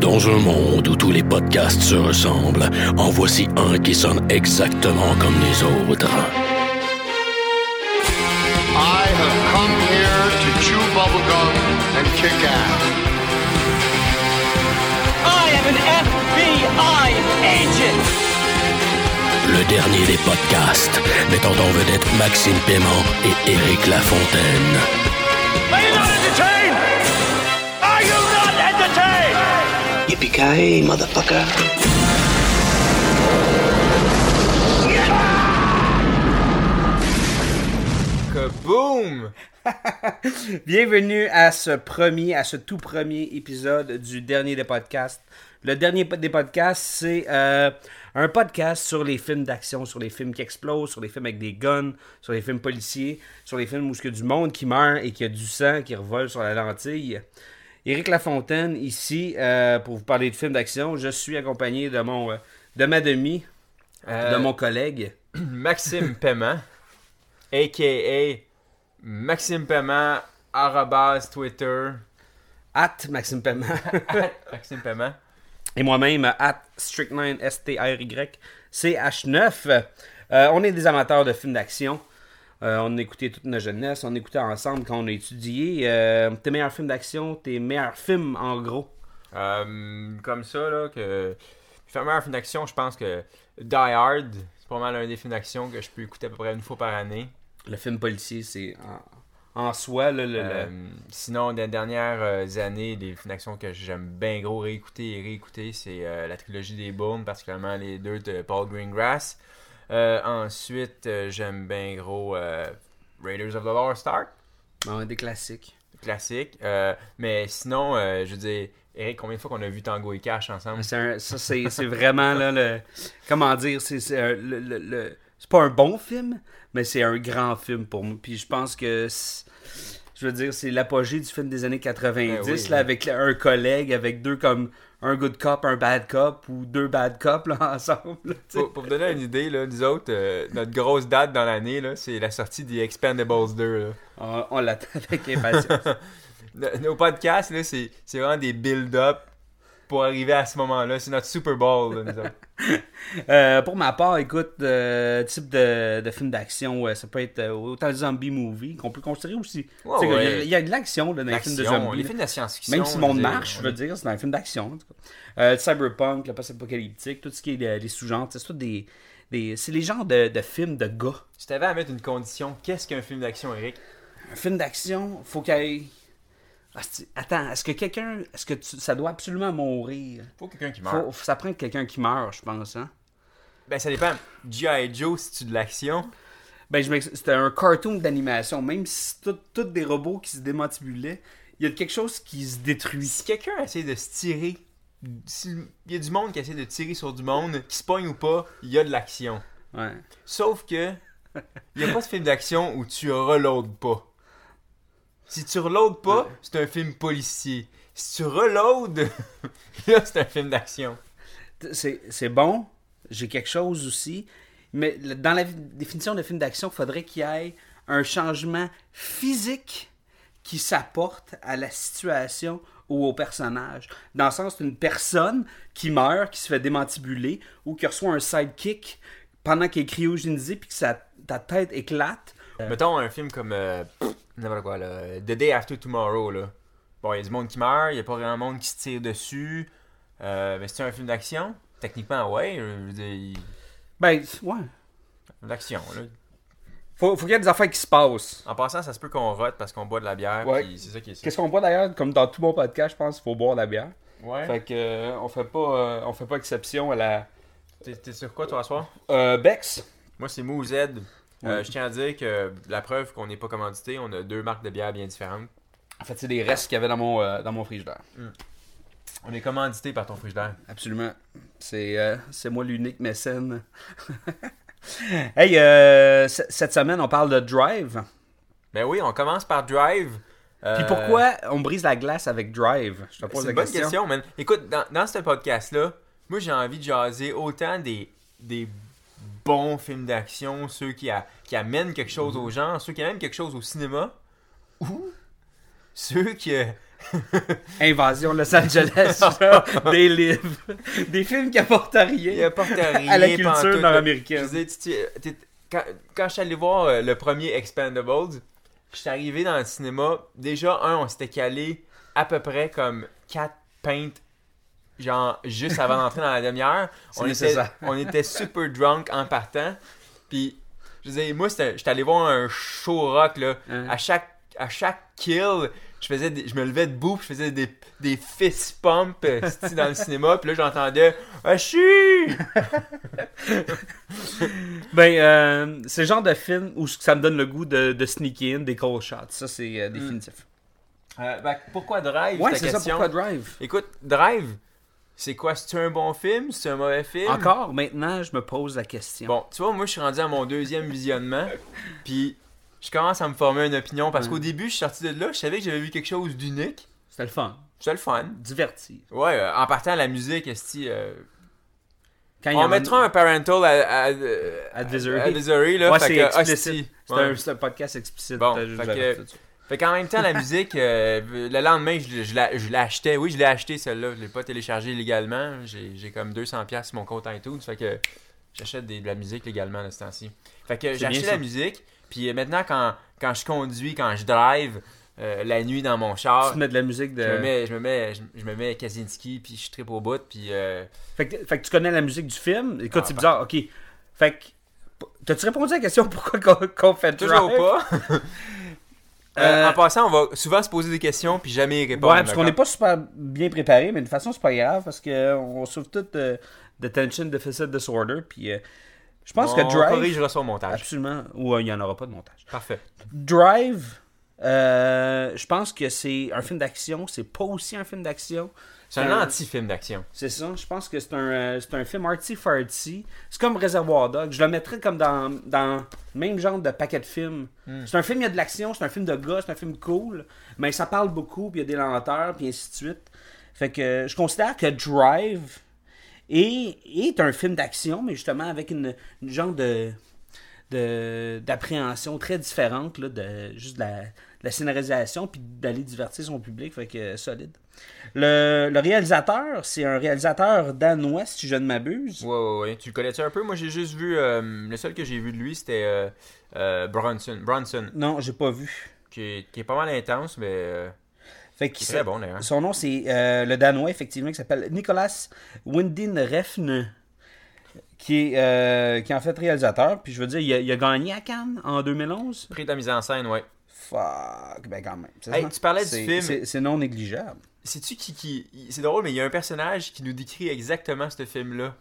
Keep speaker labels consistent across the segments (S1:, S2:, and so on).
S1: Dans un monde où tous les podcasts se ressemblent, en voici un qui sonne exactement comme les autres.
S2: I have come here to chew bubblegum and kick ass.
S3: I am an FBI agent.
S1: Le dernier des podcasts, mettant en vedette Maxime Paiement et Éric Lafontaine.
S3: Are you not entertained? Are you not entertained?
S4: Yippee-ki-yay, motherfucker.
S5: Boom!
S6: Bienvenue à ce premier, à ce tout premier épisode du dernier des podcasts. Le dernier po- des podcasts, c'est euh, un podcast sur les films d'action, sur les films qui explosent, sur les films avec des guns, sur les films policiers, sur les films où il y a du monde qui meurt et qu'il y a du sang qui revole sur la lentille. Éric Lafontaine ici euh, pour vous parler de films d'action. Je suis accompagné de mon, euh, de ma demi, euh, de mon collègue.
S5: Maxime Paiement, a.k.a. Maxime Paiement, arrobas Twitter,
S6: At Maxime Paiement.
S5: Maxime Paiement.
S6: Et moi-même, euh, at Strychnine, S-T-R-Y-C-H-9. Euh, on est des amateurs de films d'action. Euh, on a écouté toute notre jeunesse, on écoutait ensemble quand on a étudié euh, tes meilleurs films d'action, tes meilleurs films en gros.
S5: Euh, comme ça, là, que. Faire meilleur film d'action, je pense que Die Hard, c'est probablement l'un des films d'action que je peux écouter à peu près une fois par année.
S6: Le film policier, c'est en, en soi là, le, le-
S5: Euh, sinon, des dernières euh, années, des films d'action que j'aime bien gros réécouter et réécouter, c'est euh, la trilogie des Bournes, particulièrement les deux de Paul Greengrass. Euh, ensuite, euh, j'aime bien gros euh, Raiders of the Lost Ark,
S6: bon, des classiques.
S5: classique. Euh, mais sinon, euh, je veux dire, Eric, combien de fois qu'on a vu Tango et Cash ensemble
S6: C'est un- ça, c'est c'est vraiment là, le. Comment dire C'est c'est un- le- le- le- c'est pas un bon film, mais c'est un grand film pour moi. Puis je pense que. c'est- Je veux dire, c'est l'apogée du film des années 90,
S5: Ben oui,
S6: là,
S5: oui.
S6: avec le- un collègue, avec deux comme. Un good cop, un bad cop, ou deux bad cops, là, ensemble. là, tu sais.
S5: pour, pour vous donner une idée, là, nous autres, euh, notre grosse date dans l'année, là, c'est la sortie des Expendables 2. là.
S6: On, on l'attend avec impatience.
S5: No- Nos podcasts, là, c'est c'est vraiment des build-up pour arriver à ce moment-là. C'est notre Super Bowl, là, nous autres.
S6: Euh, pour ma part, écoute, euh, type de, de film d'action, ouais, ça peut être euh, autant le zombie movie, qu'on peut considérer aussi.
S5: Ouais,
S6: Tu sais,
S5: ouais.
S6: Il, y a, il y a de l'action là, dans les films de
S5: L'action,
S6: zombies.
S5: les
S6: là.
S5: films de science-fiction.
S6: Même si le monde
S5: je veux dire,
S6: marche, je
S5: on-
S6: veux dire, c'est un film d'action. en tout cas. Euh, le cyberpunk, le post-apocalyptique, tout ce qui est euh, les sous-genres, c'est tout des. des c'est les genres de, de films de gars.
S5: Si t'avais à mettre une condition, qu'est-ce qu'un film d'action, Eric
S6: Un film d'action, faut qu'il y ait. Ah, c'est- Attends, est-ce que quelqu'un. Est-ce que tu- ça doit absolument mourir
S5: Faut quelqu'un qui meurt.
S6: faut, Ça prend quelqu'un qui meurt, je pense. Hein?
S5: Ben, ça dépend. G.I. Joe, si tu de l'action.
S6: Ben, je m'ex- C'était un cartoon d'animation, même si c'est tout- tous des robots qui se démantibulaient, il y a quelque chose qui se détruit.
S5: Si quelqu'un essaie de se tirer, s'il y a du monde qui essaie de tirer sur du monde, qui se pogne ou pas, il y a de l'action.
S6: Ouais.
S5: Sauf que, il n'y a pas de film d'action où tu reloads pas. Si tu reloads pas,
S6: Euh.
S5: c'est un film policier. Si tu reloads, là, c'est un film d'action.
S6: c'est c'est bon, j'ai quelque chose aussi, mais le- dans la vi- définition de film d'action, faudrait qu'il y ait un changement physique qui s'apporte à la situation ou au personnage. Dans le sens d'une personne qui meurt, qui se fait démantibuler ou qui reçoit un sidekick pendant qu'elle est cryogénisée puis que sa, ta tête éclate. Euh,
S5: Mettons un film comme, euh, pff, n'importe quoi, là, The Day After Tomorrow, là. Bon, il y a du monde qui meurt, il n'y a pas vraiment de monde qui se tire dessus. Euh, mais c'est un film d'action? Techniquement, ouais. Je veux dire, il-
S6: Ben, ouais.
S5: L'action, là.
S6: Faut, faut qu'il y ait des affaires qui se passent.
S5: En passant, ça se peut qu'on rote parce qu'on boit de la bière.
S6: Ouais.
S5: puis C'est ça qui est ça.
S6: Qu'est-ce qu'on boit d'ailleurs, comme dans tout bon podcast, je pense qu'il faut boire de la bière.
S5: Ouais.
S6: Fait que euh, on fait pas euh, on fait pas exception à la
S5: T'es- T'es sur quoi, toi, ce soir?
S6: Euh, Bex.
S5: Moi, c'est Mou Z. Euh, je tiens à dire que la preuve qu'on n'est pas commandité, on a deux marques de bière bien différentes.
S6: En fait, c'est des restes qu'il y avait dans mon, euh, dans mon frigidaire.
S5: On est commandité par ton frigidaire.
S6: Absolument. C'est euh, c'est moi l'unique mécène. hey, euh, c- cette semaine, on parle de Drive.
S5: Ben oui, on commence par Drive. Euh,
S6: Puis pourquoi on brise la glace avec Drive Je te pose
S5: C'est
S6: la
S5: une bonne
S6: question.
S5: question, man. Écoute, dans, dans ce podcast-là, moi, j'ai envie de jaser autant des, des bons films d'action, ceux qui, a- qui
S6: Mhm.
S5: amènent quelque chose aux gens, ceux qui amènent quelque chose au cinéma, ou ceux qui euh,
S6: Invasion Los Angeles, genre, des livres, des films qui apportent à rien.
S5: Il apporte rien.
S6: à la culture
S5: pantoute, là.
S6: nord-américaine.
S5: Je veux dire, tu- tu- t'es- Quand, quand je suis allé voir euh, le premier Expendables, je suis arrivé dans le cinéma. Déjà, un, on s'était calé à peu près comme 4 pintes, genre juste avant d'entrer dans la demi-heure.
S6: C'est
S5: On était,
S6: nécessaire.
S5: on était super drunk en partant. Puis, je veux dire, moi, c'était- j'étais allé voir un show rock, là.
S6: Hein.
S5: À, chaque, à chaque kill, je, faisais des- je me levais debout, puis je faisais des, des fist pumps euh, c'ti, dans le cinéma. Puis là, j'entendais « Achi! »
S6: Ben, euh, c'est le genre de film où ça me donne le goût de, de sneaker in des cold shots. Ça, c'est euh, définitif.
S5: Euh, ben, pourquoi Drive
S6: Ouais,
S5: ta
S6: c'est ça.
S5: question?
S6: Pourquoi Drive
S5: Écoute, Drive, c'est quoi C'est un bon film C'est un mauvais film
S6: Encore maintenant, je me pose la question.
S5: Bon, tu vois, moi, je suis rendu à mon deuxième visionnement, puis je commence à me former une opinion parce qu'au début, je suis sorti de là, je savais que j'avais vu quelque chose d'unique.
S6: C'était le fun.
S5: C'était le fun.
S6: Diverti.
S5: Ouais, euh, en partant à la musique, esti, euh,
S6: Quand Ben, il y
S5: on
S6: en a-
S5: mettra un parental à, à- euh,
S6: Advisory.
S5: advisory, là.
S6: Ouais,
S5: fait
S6: c'est
S5: que,
S6: explicite.
S5: hostie,
S6: C'est
S5: ouais.
S6: un, c'est un podcast explicite.
S5: Bon,
S6: euh, je
S5: fait
S6: vous
S5: que-
S6: avertis tout de suite.
S5: Fait qu'en même temps, la musique, euh, le lendemain, je, je la- je l'ai acheté. Oui, je l'ai acheté celle-là. Je l'ai pas téléchargée légalement. J'ai j'ai comme 200$ sur mon compte iTunes. Fait que j'achète des- de la musique légalement de ce temps-ci. Fait que j'ai
S6: bien
S5: acheté
S6: ça.
S5: la musique. Puis euh, maintenant, quand, quand je conduis, quand je drive euh, la nuit dans mon
S6: Tu
S5: char,
S6: te mets de la musique de.
S5: ah. je me mets, je me mets, je, je me mets Kaczynski. Puis je tripe au bout. Puis euh,
S6: Fait, que, fait que tu connais la musique du film. Écoute,
S5: Ah,
S6: c'est bizarre. Ok. Fait que. p- T'as-tu répondu à la question pourquoi qu'on qu'on fait
S5: toujours
S6: Drive?
S5: pas. Euh,
S6: Euh,
S5: en passant, on va souvent se poser des questions. Puis jamais y répondre.
S6: ouais, parce qu'on n'est pas super bien préparé, mais de toute façon, c'est pas grave parce qu'on souffre tout euh, de tension deficit disorder. Puis euh, je pense que
S5: On
S6: Drive.
S5: corrigera son montage.
S6: Absolument. Ou euh, il n'y en aura pas de montage.
S5: Parfait.
S6: Drive, euh, je pense que c'est un film d'action. C'est pas aussi un film d'action.
S5: C'est un anti-film d'action.
S6: C'est ça. Je pense que c'est un, euh, c'est un film arty-farty. C'est comme Réservoir Dog. Je le mettrais comme dans, dans le même genre de paquet de films. C'est un film, il y a de l'action, c'est un film de gars, c'est un film cool, mais ça parle beaucoup, puis il y a des lenteurs, puis ainsi de suite. Fait que euh, je considère que Drive est, est un film d'action, mais justement avec une, une genre de de- d'appréhension très différente là, de juste de la, de la scénarisation puis d'aller divertir son public fait que euh, solide le, le réalisateur c'est un réalisateur danois si je ne m'abuse
S5: Ouais, ouais, ouais. Tu le connais-tu un peu? Moi, j'ai juste vu. euh, le seul que j'ai vu de lui, c'était euh, euh, Bronson. Bronson,
S6: non j'ai pas vu
S5: qui est, qui est pas mal intense, mais. euh,
S6: fait que
S5: Qui est
S6: c'est-
S5: très bon, d'ailleurs.
S6: son nom c'est euh, le danois effectivement qui s'appelle Nicolas Windin Refn qui est, euh, qui est en fait réalisateur puis je veux dire il a, il a gagné à Cannes en 2011
S5: Prix de la mise en scène, ouais.
S6: fuck ben quand même
S5: Hey, tu parlais du
S6: C'est-
S5: film.
S6: c'est- c'est non négligeable
S5: Sais-tu qui. qui... il- C'est drôle, mais il y a un personnage qui nous décrit exactement ce film-là.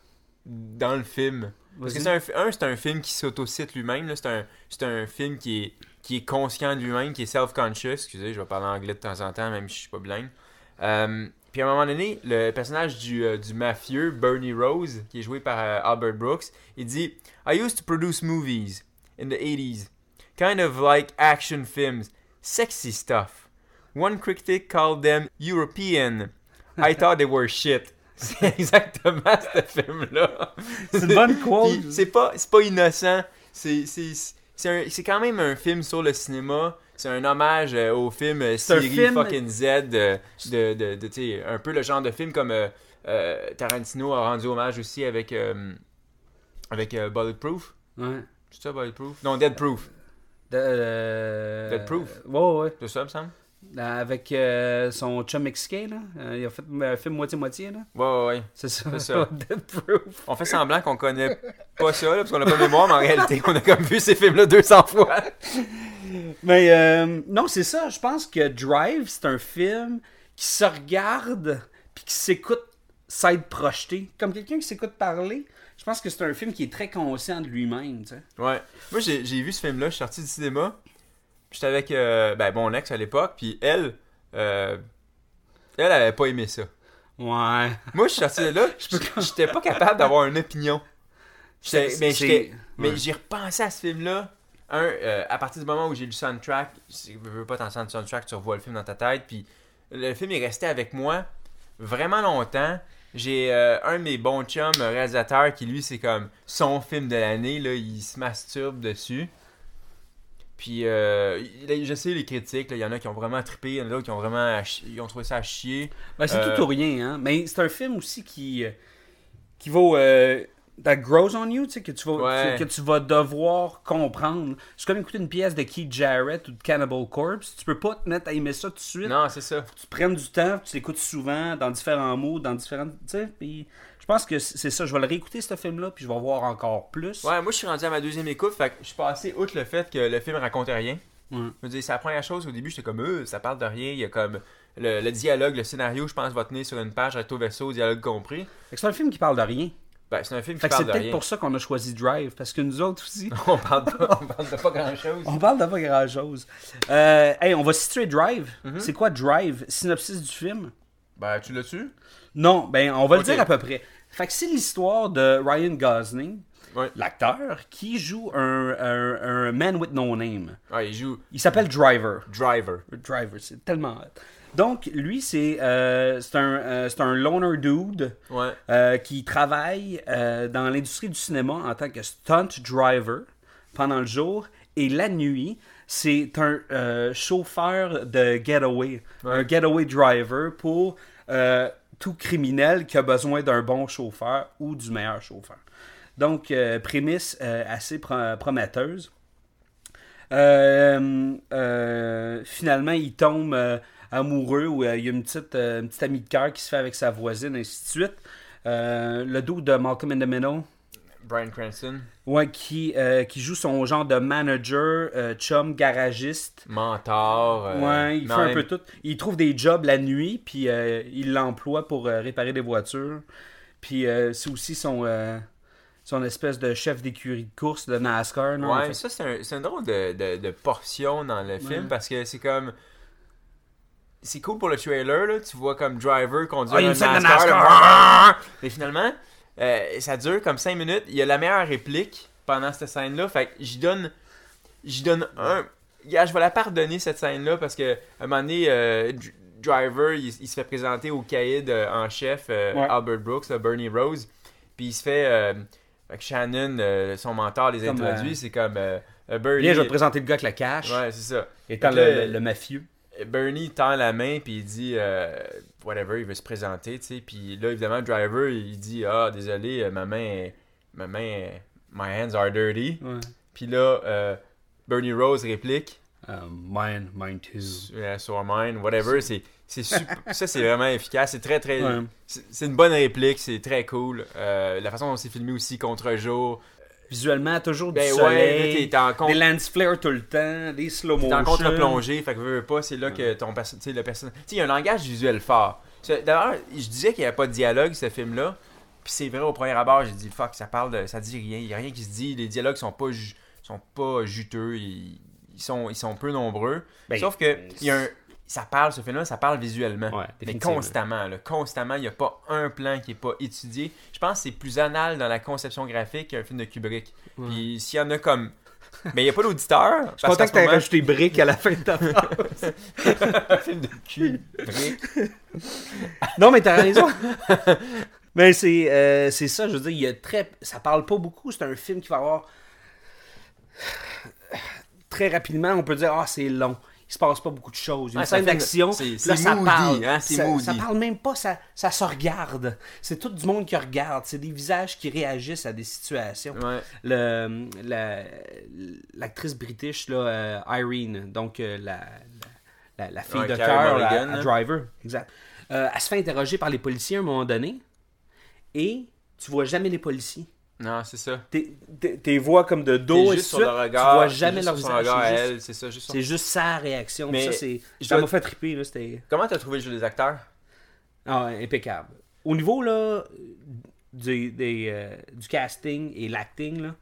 S5: Dans le film. Parce que
S6: Vas-y.
S5: c'est un, fi- un, c'est un film qui s'autocite lui-même. là. C'est un, c'est un film qui est, qui est conscient de lui-même, qui est self-conscious. Excusez, je vais parler anglais de temps en temps, même si je suis pas bilingue. Euh, puis à un moment donné, le personnage du, euh, du mafieux, Bernie Rose, qui est joué par euh, Albert Brooks, il dit I used to produce movies in the 80s, kind of like action films, sexy stuff. One critic called them European. I thought they were shit. C'est exactement ce film-là.
S6: C'est une bonne quote.
S5: Puis C'est pas, c'est pas innocent. C'est, c'est, c'est, un- c'est quand même un film sur le cinéma. C'est un hommage euh, au film euh,
S6: C'est un
S5: Siri
S6: film-
S5: fucking Z. euh, de, de, de, tu sais, un peu le genre de film comme euh, euh, Tarantino a rendu hommage aussi avec, euh, avec euh, Bulletproof.
S6: ouais
S5: C'est ça, Bulletproof? Non, Deadproof.
S6: De, euh,
S5: Dead Proof.
S6: Ouais, ouais, ouais.
S5: C'est ça, il me semble?
S6: Là, Avec euh, son chum mexicain, là. Euh, il a fait un film moitié-moitié, là.
S5: Ouais, ouais, ouais.
S6: C'est ça.
S5: C'est ça.
S6: Dead Proof.
S5: On fait semblant qu'on connaît pas ça, là, parce qu'on a pas de mémoire, mais en réalité, on a comme vu ces films-là 200 fois.
S6: Mais euh, non, c'est ça. Je pense que Drive, c'est un film qui se regarde puis qui s'écoute s'aide projeté. Comme quelqu'un qui s'écoute parler, je pense que c'est un film qui est très conscient de lui-même, tu sais.
S5: Ouais. Moi, j'ai j'ai vu ce film-là, je suis sorti du cinéma. J'étais avec euh, ben, mon ex à l'époque, puis elle, euh, elle avait pas aimé ça.
S6: Ouais.
S5: Moi, je suis sorti de là, j'étais pas capable d'avoir une opinion. J'étais-
S6: C'est-
S5: Mais
S6: c'est-
S5: j'étais- mais
S6: ouais.
S5: j'ai repensé à ce film-là. Un, euh, à partir du moment où j'ai lu le soundtrack, si tu veux pas t'en sens le soundtrack, tu revois le film dans ta tête. Puis le film est resté avec moi vraiment longtemps. J'ai euh, un de mes bons chums réalisateurs qui, lui, c'est comme son film de l'année. là, Il se masturbe dessus. Puis, euh, il- je sais les critiques, là, il y en a qui ont vraiment trippé, il y en a d'autres qui ont vraiment à chi- ils ont trouvé ça à chier.
S6: Ben, c'est
S5: Euh,
S6: tout ou rien, hein. Mais c'est un film aussi qui, euh, qui vaut. euh, that grows on you, tu sais, que tu vas,
S5: Ouais.
S6: que tu vas devoir comprendre. C'est comme écouter une pièce de Keith Jarrett ou de Cannibal Corpse. Tu peux pas te mettre à aimer ça tout de suite.
S5: Non, c'est ça.
S6: Tu prennes du temps, tu l'écoutes souvent, dans différents mots, dans différentes. Tu sais, puis je pense que c- c'est ça. Je vais le réécouter, ce film-là, puis je vais voir encore plus.
S5: Ouais, moi je suis rendu à ma deuxième écoute, fait que je suis passé outre le fait que le film racontait rien.
S6: Ouais.
S5: Je veux dire, c'est la première chose, au début j'étais comme, euh, ça parle de rien, il y a comme le, le dialogue, le scénario, je pense, va tenir sur une page recto verso, dialogue compris.
S6: Fait que C'est un film qui parle de rien.
S5: Ben, c'est un film
S6: Fait
S5: qui
S6: que c'est
S5: parle de
S6: peut-être
S5: rien.
S6: pour ça qu'on a choisi Drive, parce que nous autres aussi.
S5: On parle, pas, on parle de pas grand chose.
S6: On parle de pas grand chose. Euh, hey, on va situer Drive. C'est quoi Drive Synopsis du film
S5: Ben, tu l'as-tu?
S6: Non, ben on va
S5: Ok.
S6: le dire à peu près. Fait que c'est l'histoire de Ryan Gosling,
S5: Ouais.
S6: l'acteur, qui joue un, un- un man with no name.
S5: Ah, il joue
S6: Il s'appelle Driver.
S5: Driver.
S6: Driver, c'est tellement hot. Donc, lui, c'est euh, c'est un, euh, c'est un loner dude
S5: Ouais.
S6: euh, qui travaille euh, dans l'industrie du cinéma en tant que stunt driver pendant le jour et la nuit. C'est un euh, chauffeur de getaway, un getaway driver pour euh, tout criminel qui a besoin d'un bon chauffeur ou du meilleur chauffeur. Donc, euh, prémisse euh, assez pro- prometteuse. Euh, euh, finalement, il tombe euh, amoureux ou euh, il y a une petite, euh, une petite amie de cœur qui se fait avec sa voisine, ainsi de suite. Euh, le dos de Malcolm in the Middle,
S5: Brian Cranston.
S6: ouais, qui, euh, qui joue son genre de manager, euh, chum, garagiste.
S5: Mentor. euh,
S6: Ouais, il
S5: mais
S6: fait
S5: en
S6: un
S5: même-
S6: peu tout. Il trouve des jobs la nuit, puis euh, il l'emploie pour euh, réparer des voitures. Puis euh, c'est aussi son, euh, son espèce de chef d'écurie de course de NASCAR. Non?
S5: Ouais,
S6: Fait-
S5: ça, c'est un, c'est un drôle de, de- de portion dans le film parce que c'est comme. C'est cool pour le trailer, là. Tu vois comme driver conduire
S6: Ah, il y a
S5: un
S6: une scène de
S5: NASCAR, là.
S6: NASCAR.
S5: Mais finalement, euh, ça dure comme 5 minutes. Il y a la meilleure réplique pendant cette scène-là. Fait que j'y donne. J'y donne un. Gars, je vais la pardonner cette scène-là parce que à un moment donné, euh, Dr- Driver, il, il se fait présenter au caïd euh, en chef, euh,
S6: Ouais.
S5: Albert Brooks, là, Bernie Rose. Puis il se fait. euh, fait que Shannon, euh, son mentor, les
S6: Comme,
S5: introduit.
S6: euh,
S5: C'est comme. euh, euh, Bernie.
S6: Là, je vais te présenter le gars avec le cash,
S5: Ouais, c'est ça.
S6: étant
S5: Fait
S6: le,
S5: que là,
S6: le- le mafieux.
S5: Bernie tend la main puis il dit euh, whatever, il veut se présenter, tu sais. Puis là, évidemment, Driver, il dit ah désolé, euh, ma main, est- ma main, est- my hands are dirty.
S6: Ouais.
S5: Puis là, euh, Bernie Rose réplique
S6: Euh, mine, mine too.
S5: euh, so are mine, whatever. C'est c'est super- ça c'est vraiment efficace, c'est très très,
S6: Ouais.
S5: c'est c'est une bonne réplique, c'est très cool. Euh, la façon dont c'est filmé aussi contre jour.
S6: Visuellement, toujours du
S5: Ben ouais, là,
S6: soleil,
S5: t'es- t'es en
S6: des
S5: contre-
S6: lens flares tout le temps, des slow
S5: T'es
S6: motion.
S5: en contre-plongée, fait que veux, veux pas, c'est là que ton perso- tu sais, le personnage. Tu sais, il y a un langage visuel fort. C'est- D'ailleurs, je disais qu'il n'y avait pas de dialogue, ce film-là. Puis c'est vrai, au premier abord, j'ai dit fuck, ça parle de. Ça dit rien. Il n'y a rien qui se dit. Les dialogues sont pas, ju- sont pas juteux. Ils, ils sont, ils sont peu nombreux.
S6: Ben,
S5: Sauf que, il y a un- Ça parle, ce film-là, ça parle visuellement.
S6: Ouais,
S5: mais
S6: définitivement.
S5: constamment, là, constamment, il n'y a pas un plan qui n'est pas étudié. Je pense que c'est plus anal dans la conception graphique qu'un film de Kubrick. Puis s'il y en a comme. Mais il n'y a pas d'auditeur.
S6: Je suis content que t'aies
S5: moment,
S6: rajouté briques à la fin de ta phrase.
S5: un film de cul.
S6: non, mais t'as raison. mais c'est euh, c'est ça, je veux dire, il y a très... Ça parle pas beaucoup, c'est un film qui va avoir... Très rapidement, on peut dire « Ah, c'est long ». Il se passe pas beaucoup de choses. Il y a une
S5: Ouais, Ah, ça
S6: scène
S5: fait-
S6: d'action,
S5: c'est-
S6: puis
S5: c'est
S6: là, ça
S5: moody,
S6: parle.
S5: hein, c'est
S6: ça,
S5: moody.
S6: ça parle même pas, ça, ça se regarde. C'est tout du monde qui regarde. C'est des visages qui réagissent à des situations.
S5: Ouais.
S6: Le- la- l'actrice british, là, euh, Irene, donc euh, la, la- la- la fille
S5: Ouais, hein.
S6: de
S5: Carey
S6: cœur à-
S5: Mulligan,
S6: à
S5: là.
S6: Driver, exact. Euh, elle se fait interroger par les policiers à un moment donné et tu vois jamais les policiers.
S5: Non, c'est ça.
S6: T'es- T'es t'es vois comme de
S5: T'es
S6: dos et
S5: juste sur
S6: tout,
S5: le regard.
S6: tu vois
S5: t'es
S6: jamais
S5: juste
S6: leur
S5: sur son
S6: visage.
S5: regard à
S6: C'est juste-
S5: elle, c'est ça. Juste son-
S6: C'est juste sa réaction.
S5: Mais
S6: ça, c'est-
S5: je
S6: ça
S5: dois-
S6: m'a fait triper. là, C'était
S5: Comment t'as trouvé le jeu des acteurs
S6: ah, impeccable. Au niveau là, du, des, euh, du casting et l'acting, là,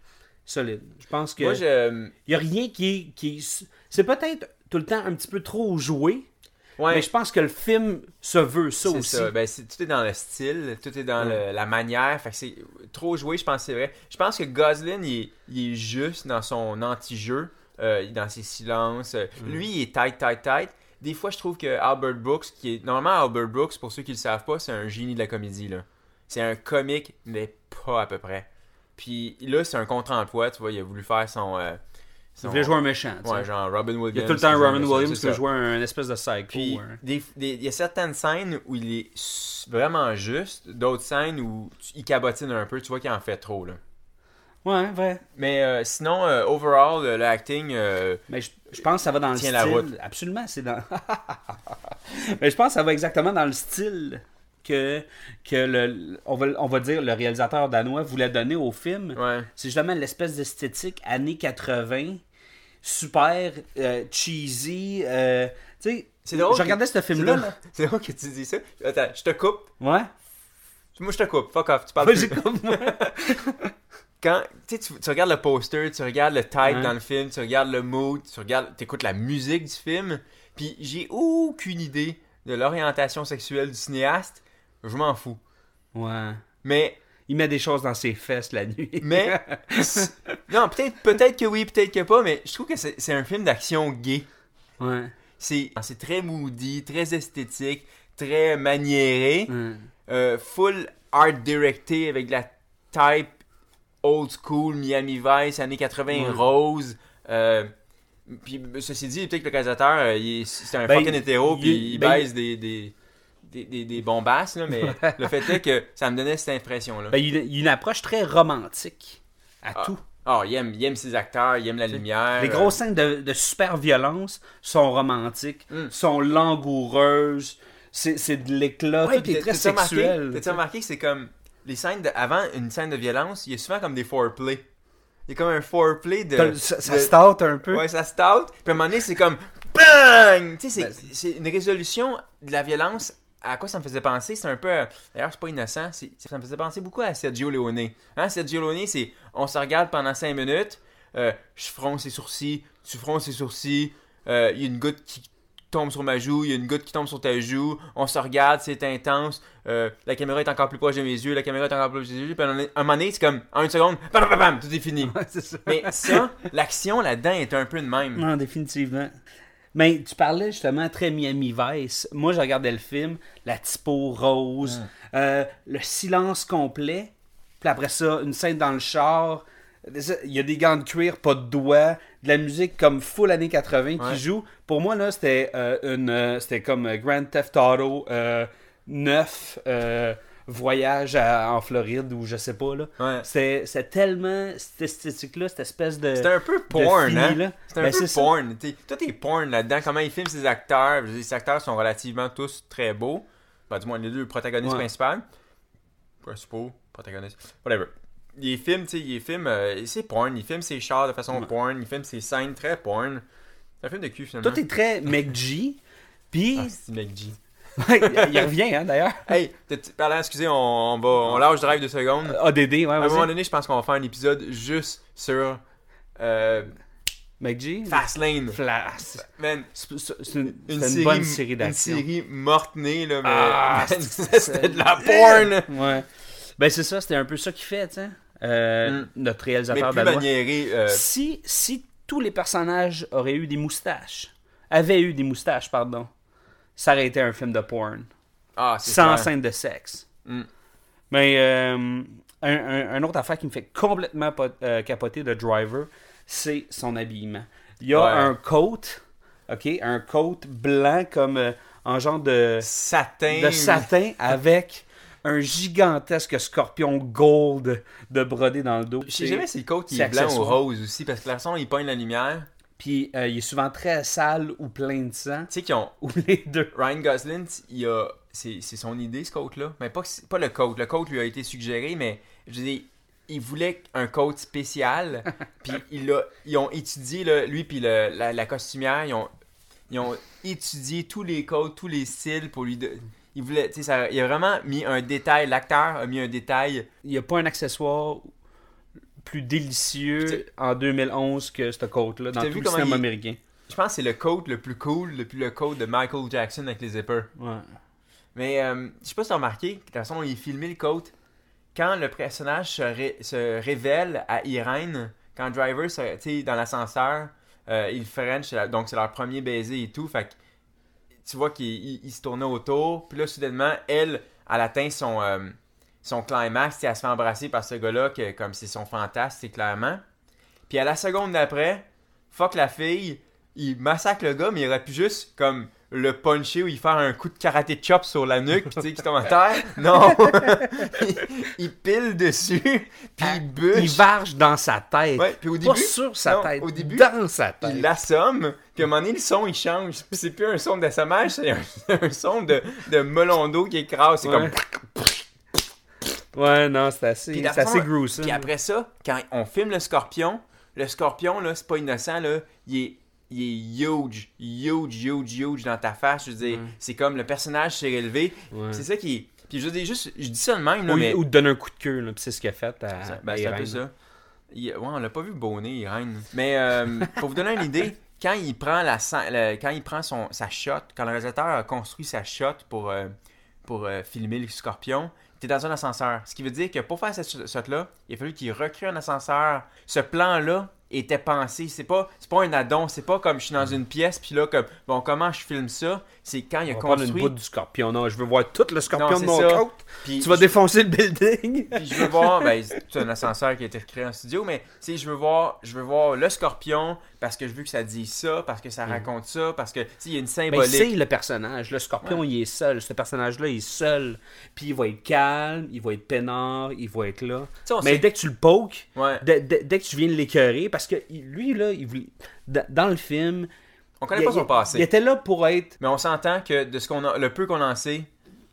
S6: solide. Je pense que...
S5: Moi, je.
S6: Il n'y a rien qui est. Qui... est- C'est peut-être tout le temps un petit peu trop joué,
S5: Ouais,
S6: mais je pense que le film se veut ça
S5: c'est
S6: aussi.
S5: ça. Ben, c'est- tout est dans le style, tout est dans le- la manière. Fait que c'est trop joué, je pense que c'est vrai. Je pense que Goslin, il, est- il est juste dans son anti-jeu, euh, dans ses silences. Euh,
S6: Mm.
S5: Lui, il est tight, tight, tight. Des fois, je trouve que Albert Brooks, qui est. Normalement, Albert Brooks, pour ceux qui le savent pas, c'est un génie de la comédie, là. C'est un comique, mais pas à peu près. Puis là, c'est un contre-emploi, tu vois, il a voulu faire son. euh,
S6: Il voulait jouer un méchant. tu sais.
S5: Ouais, genre Robin Williams.
S6: il y a tout le temps
S5: qui joue un
S6: Robin
S5: méchant,
S6: Williams
S5: c'est
S6: qui
S5: ça.
S6: joue un espèce de psycho.
S5: Puis,
S6: hein.
S5: des- des- il y a certaines scènes où il est s- vraiment juste, d'autres scènes où tu- il cabotine un peu, tu vois qu'il en fait trop. Là.
S6: Ouais, vrai.
S5: Mais euh, sinon, euh, overall, le, le acting, euh,
S6: Mais je, je pense que ça va dans le
S5: Tiens
S6: style.
S5: la route.
S6: Absolument, c'est dans. Mais je pense que ça va exactement dans le style que, que le, on, va, on va dire le réalisateur danois voulait donner au film.
S5: Ouais.
S6: C'est justement l'espèce d'esthétique années 80, super euh, cheesy. euh, tu sais,
S5: c'est drôle.
S6: je regardais ce film-là. là.
S5: C'est drôle que tu dis ça. Attends, je te coupe.
S6: Ouais.
S5: Moi, je te coupe. Fuck off, tu parles
S6: Ouais,
S5: plus.
S6: j'ai comme moi.
S5: Quand, tu, sais, tu tu regardes le poster, tu regardes le type
S6: Ouais.
S5: dans le film, tu regardes le mood, tu regardes, écoutes la musique du film, puis j'ai aucune idée de l'orientation sexuelle du cinéaste. Je m'en fous.
S6: Ouais.
S5: Mais
S6: Il met des choses dans ses fesses la nuit.
S5: Mais c'est- non, peut-être peut-être que oui, peut-être que pas, mais je trouve que c'est c'est un film d'action gay.
S6: ouais.
S5: C'est
S6: Ah.
S5: c'est très moody, très esthétique, très maniéré,
S6: ouais.
S5: euh, full art directé avec de la type old school Miami Vice années 80
S6: Ouais.
S5: rose. euh, puis ceci dit, peut-être que le réalisateur, euh, il est- c'est un
S6: Ben,
S5: fucking hétéro,
S6: il-
S5: puis il
S6: ben,
S5: baise des, des, des, des, des bombasses, là, mais le fait est que ça me donnait cette impression-là.
S6: Ben, il, il a une approche très romantique à
S5: Ah.
S6: tout.
S5: Oh, il aime, il aime ses acteurs, il aime la lumière.
S6: Les
S5: euh,
S6: grosses scènes de, de super violence sont romantiques,
S5: Mm.
S6: sont langoureuses, c'est c'est de l'éclat,
S5: Ouais,
S6: tout est
S5: puis
S6: très
S5: t'as- t'as remarqué-
S6: sexuel.
S5: T'as-tu remarqué que c'est comme. Les scènes de, avant une scène de violence, il y a souvent comme des foreplay. Il y a comme un foreplay de.
S6: T'as- Ça, ça
S5: de-
S6: se tâte un peu.
S5: Ouais, ça se tâte. Puis à un moment donné, c'est comme. BANG! Tu sais, c'est-
S6: Ben,
S5: c'est une résolution de la violence. À quoi ça me faisait penser C'est un peu. euh, D'ailleurs, c'est pas innocent. c'est- Ça me faisait penser beaucoup à Sergio Leone. Hein, Sergio Leone, c'est. On se regarde pendant 5 minutes. euh, je fronce ses sourcils. Tu fronces ses sourcils. euh, Il y a une goutte qui tombe sur ma joue, il y a une goutte qui tombe sur ta joue, on se regarde, c'est intense, euh, la caméra est encore plus proche de mes yeux, la caméra est encore plus proche de mes yeux, puis à un moment donné- à un moment donné, c'est comme, en une seconde, bam, bam, bam, bam, tout est fini.
S6: Ouais, c'est ça.
S5: Mais ça, l'action là-dedans est un peu de même.
S6: Non, définitivement. Mais tu parlais justement très Miami Vice. Moi, je regardais le film, la typo rose,
S5: Mm.
S6: euh, le silence complet. Puis après ça, une scène dans le char. Il y a des gants de cuir, pas de doigts, de la musique comme full années 80
S5: Ouais.
S6: qui joue. Pour moi, là, c'était euh, une, euh, c'était comme euh, Grand Theft Auto euh, 9, euh, voyage à- en Floride ou je sais pas. là.
S5: Ouais.
S6: C'était c'était tellement cette esthétique-là, cette espèce de.
S5: C'est un peu
S6: de
S5: porn,
S6: fini,
S5: hein?
S6: là.
S5: C'est un
S6: Ben,
S5: peu
S6: ça.
S5: porn. t'sais. Tout est porn là-dedans. Comment ils filment ses acteurs. Je veux dire, Ces acteurs sont relativement tous très beaux. Ben, du moins, les deux protagonistes
S6: Ouais.
S5: principaux. Principaux, protagonistes. Whatever. Ils filment, tu sais, ils filment. euh, c'est porn. Ils filment ses chars de façon porn. Ils filment ses scènes très porn. C'est un film de cul, finalement.
S6: Tout est très McG. Puis,
S5: Ah, c'est mec G. Ah.
S6: Ouais, il revient, hein, d'ailleurs.
S5: Hey, t'as- parlant, excusez, on, on va, on lâche drive deux secondes.
S6: ADD, ouais,
S5: à un moment
S6: Euh, vas-y.
S5: donné, je pense qu'on va faire un épisode juste sur euh,
S6: McG.
S5: Fastlane.
S6: Flash.
S5: Man,
S6: C'est c'est une,
S5: une,
S6: c'est une
S5: série,
S6: bonne série
S5: Une
S6: d'action.
S5: série morte-née, là, mais
S6: Ah,
S5: man,
S6: c'est-
S5: c'était de la porn!
S6: Ouais. Ben, c'est ça, c'était un peu ça qu'il fait, tu sais. Euh,
S5: Mm.
S6: Notre
S5: Mais
S6: réalisateur
S5: plus
S6: danois.
S5: maniéré. euh,
S6: Si, si tous les personnages auraient eu des moustaches, avaient eu des moustaches, pardon, ça aurait été un film de porn.
S5: ah, c'est
S6: sans
S5: clair.
S6: scène de sexe.
S5: Mm.
S6: Mais euh, un, un- un autre affaire qui me fait complètement pot- euh, capoter de Driver, c'est son habillement. Il y a
S5: Ouais.
S6: un coat, ok, un coat blanc comme euh, en genre de,
S5: Satin.
S6: de satin avec un gigantesque scorpion gold de brodé dans le dos.
S5: Je sais jamais si le coat il
S6: c'est
S5: est blanc ou
S6: accessoire.
S5: rose aussi, parce que la façon, il pogne la lumière.
S6: Puis euh, il est souvent très sale ou plein de sang,
S5: Tu sais qu'ils ont.
S6: ou les deux.
S5: Ryan Gosling, il a. C'est c'est son idée, ce coat-là. Mais pas, que c'est- pas le coat. Le coat lui a été suggéré, mais je veux dire, il voulait un coat spécial. puis il a- ils ont étudié, là, lui, puis le- la, la costumière, ils ont, ils ont étudié tous les coats, tous les styles pour lui. de- il voulait. Tu sais, ça- il a vraiment mis un détail. L'acteur a mis un détail.
S6: Il n'y a pas un accessoire plus délicieux
S5: Puis
S6: en 2011 que ce coat-là dans
S5: t'as
S6: tout
S5: vu
S6: le
S5: comment
S6: cinéma
S5: il-
S6: américain.
S5: Je pense que c'est le coat le plus cool depuis le coat de Michael Jackson avec les zippers.
S6: Ouais.
S5: Mais euh, je sais pas si t'as remarqué, de toute façon, il filmait le coat. Quand le personnage se, ré- se révèle à Irene, quand Driver, se- tu sais, dans l'ascenseur, euh, il French, c'est la- donc c'est leur premier baiser et tout, fait que tu vois qu'il il- il se tournait autour, puis là, soudainement, elle, elle atteint son, euh, son climax, tu sais, elle se fait embrasser par ce gars-là, que, comme c'est son fantasme, c'est clairement. Puis à la seconde d'après, fuck la fille, il massacre le gars, mais il aurait pu juste comme le puncher ou il faire un coup de karaté chop sur la nuque, puis tu sais, qui tombe à terre. Non! il, il pile dessus, puis il bûche.
S6: Il varge dans sa tête.
S5: Ouais, puis au
S6: pas
S5: début,
S6: sur sa
S5: non,
S6: tête.
S5: au début,
S6: dans sa tête.
S5: il l'assomme, puis à un moment donné, le son, il change. Puis c'est plus un son d'assommage, c'est un, un son de, de melon d'eau qui écrase. C'est
S6: Ouais.
S5: comme...
S6: Ouais, non, c'est assez,
S5: Puis
S6: c'est
S5: la
S6: assez
S5: façon-
S6: gruesome.
S5: Puis après ça, quand on filme le scorpion, le scorpion, là, c'est pas innocent, là, il est, il est huge, huge, huge, huge dans ta face. Je veux dire, c'est comme le personnage s'est relevé.
S6: Ouais.
S5: C'est ça qui est... Puis je veux dire, juste, je dis ça de même, là,
S6: Ou,
S5: mais...
S6: ou te donne un coup de queue, là, puis c'est ce qu'il a fait à,
S5: Ça-
S6: à
S5: ben, c'est un peu
S6: Irène.
S5: ça. Il- ouais, on l'a pas vu bonnet, Irène. Mais euh, pour vous donner une idée, quand il prend la, scè- le- quand il prend son, sa shot, quand le réalisateur a construit sa shot pour, euh, pour euh, filmer le scorpion, t'es dans un ascenseur. Ce qui veut dire que pour faire cette sh- shot-là, il a fallu qu'il recrée un ascenseur. Ce plan-là était pensé. C'est pas, c'est pas un addon. C'est pas comme je suis dans une pièce, puis là, comme, bon, comment je filme ça? C'est quand il a
S6: On va prendre une
S5: construit.
S6: bout du scorpion. Non, je veux voir tout le scorpion
S5: Non,
S6: de
S5: c'est
S6: mon
S5: ça.
S6: côte.
S5: puis
S6: Tu vas
S5: je-
S6: défoncer le building.
S5: Puis je veux voir, ben, c'est un ascenseur qui a été créé en studio, mais tu sais, je veux voir, je veux voir le scorpion parce que je veux que ça dise ça, parce que ça raconte ça, parce que tu sais, il y a une
S6: Mm. Ben, il
S5: symbolique.
S6: sait le personnage. Le scorpion, il est seul. Ce personnage-là, il est seul. Puis il va être calme, il va être peinard, il va être là.
S5: sais, on
S6: Mais
S5: sait-
S6: dès que tu le pokes,
S5: Ouais.
S6: dès, dès- dès que tu viens de l'écœurer, parce que il- lui, là, il voulait- d- dans le film.
S5: on connaît
S6: il-
S5: pas son
S6: il-
S5: passé,
S6: Il était là pour être.
S5: mais on s'entend que de ce qu'on a, le peu qu'on en sait,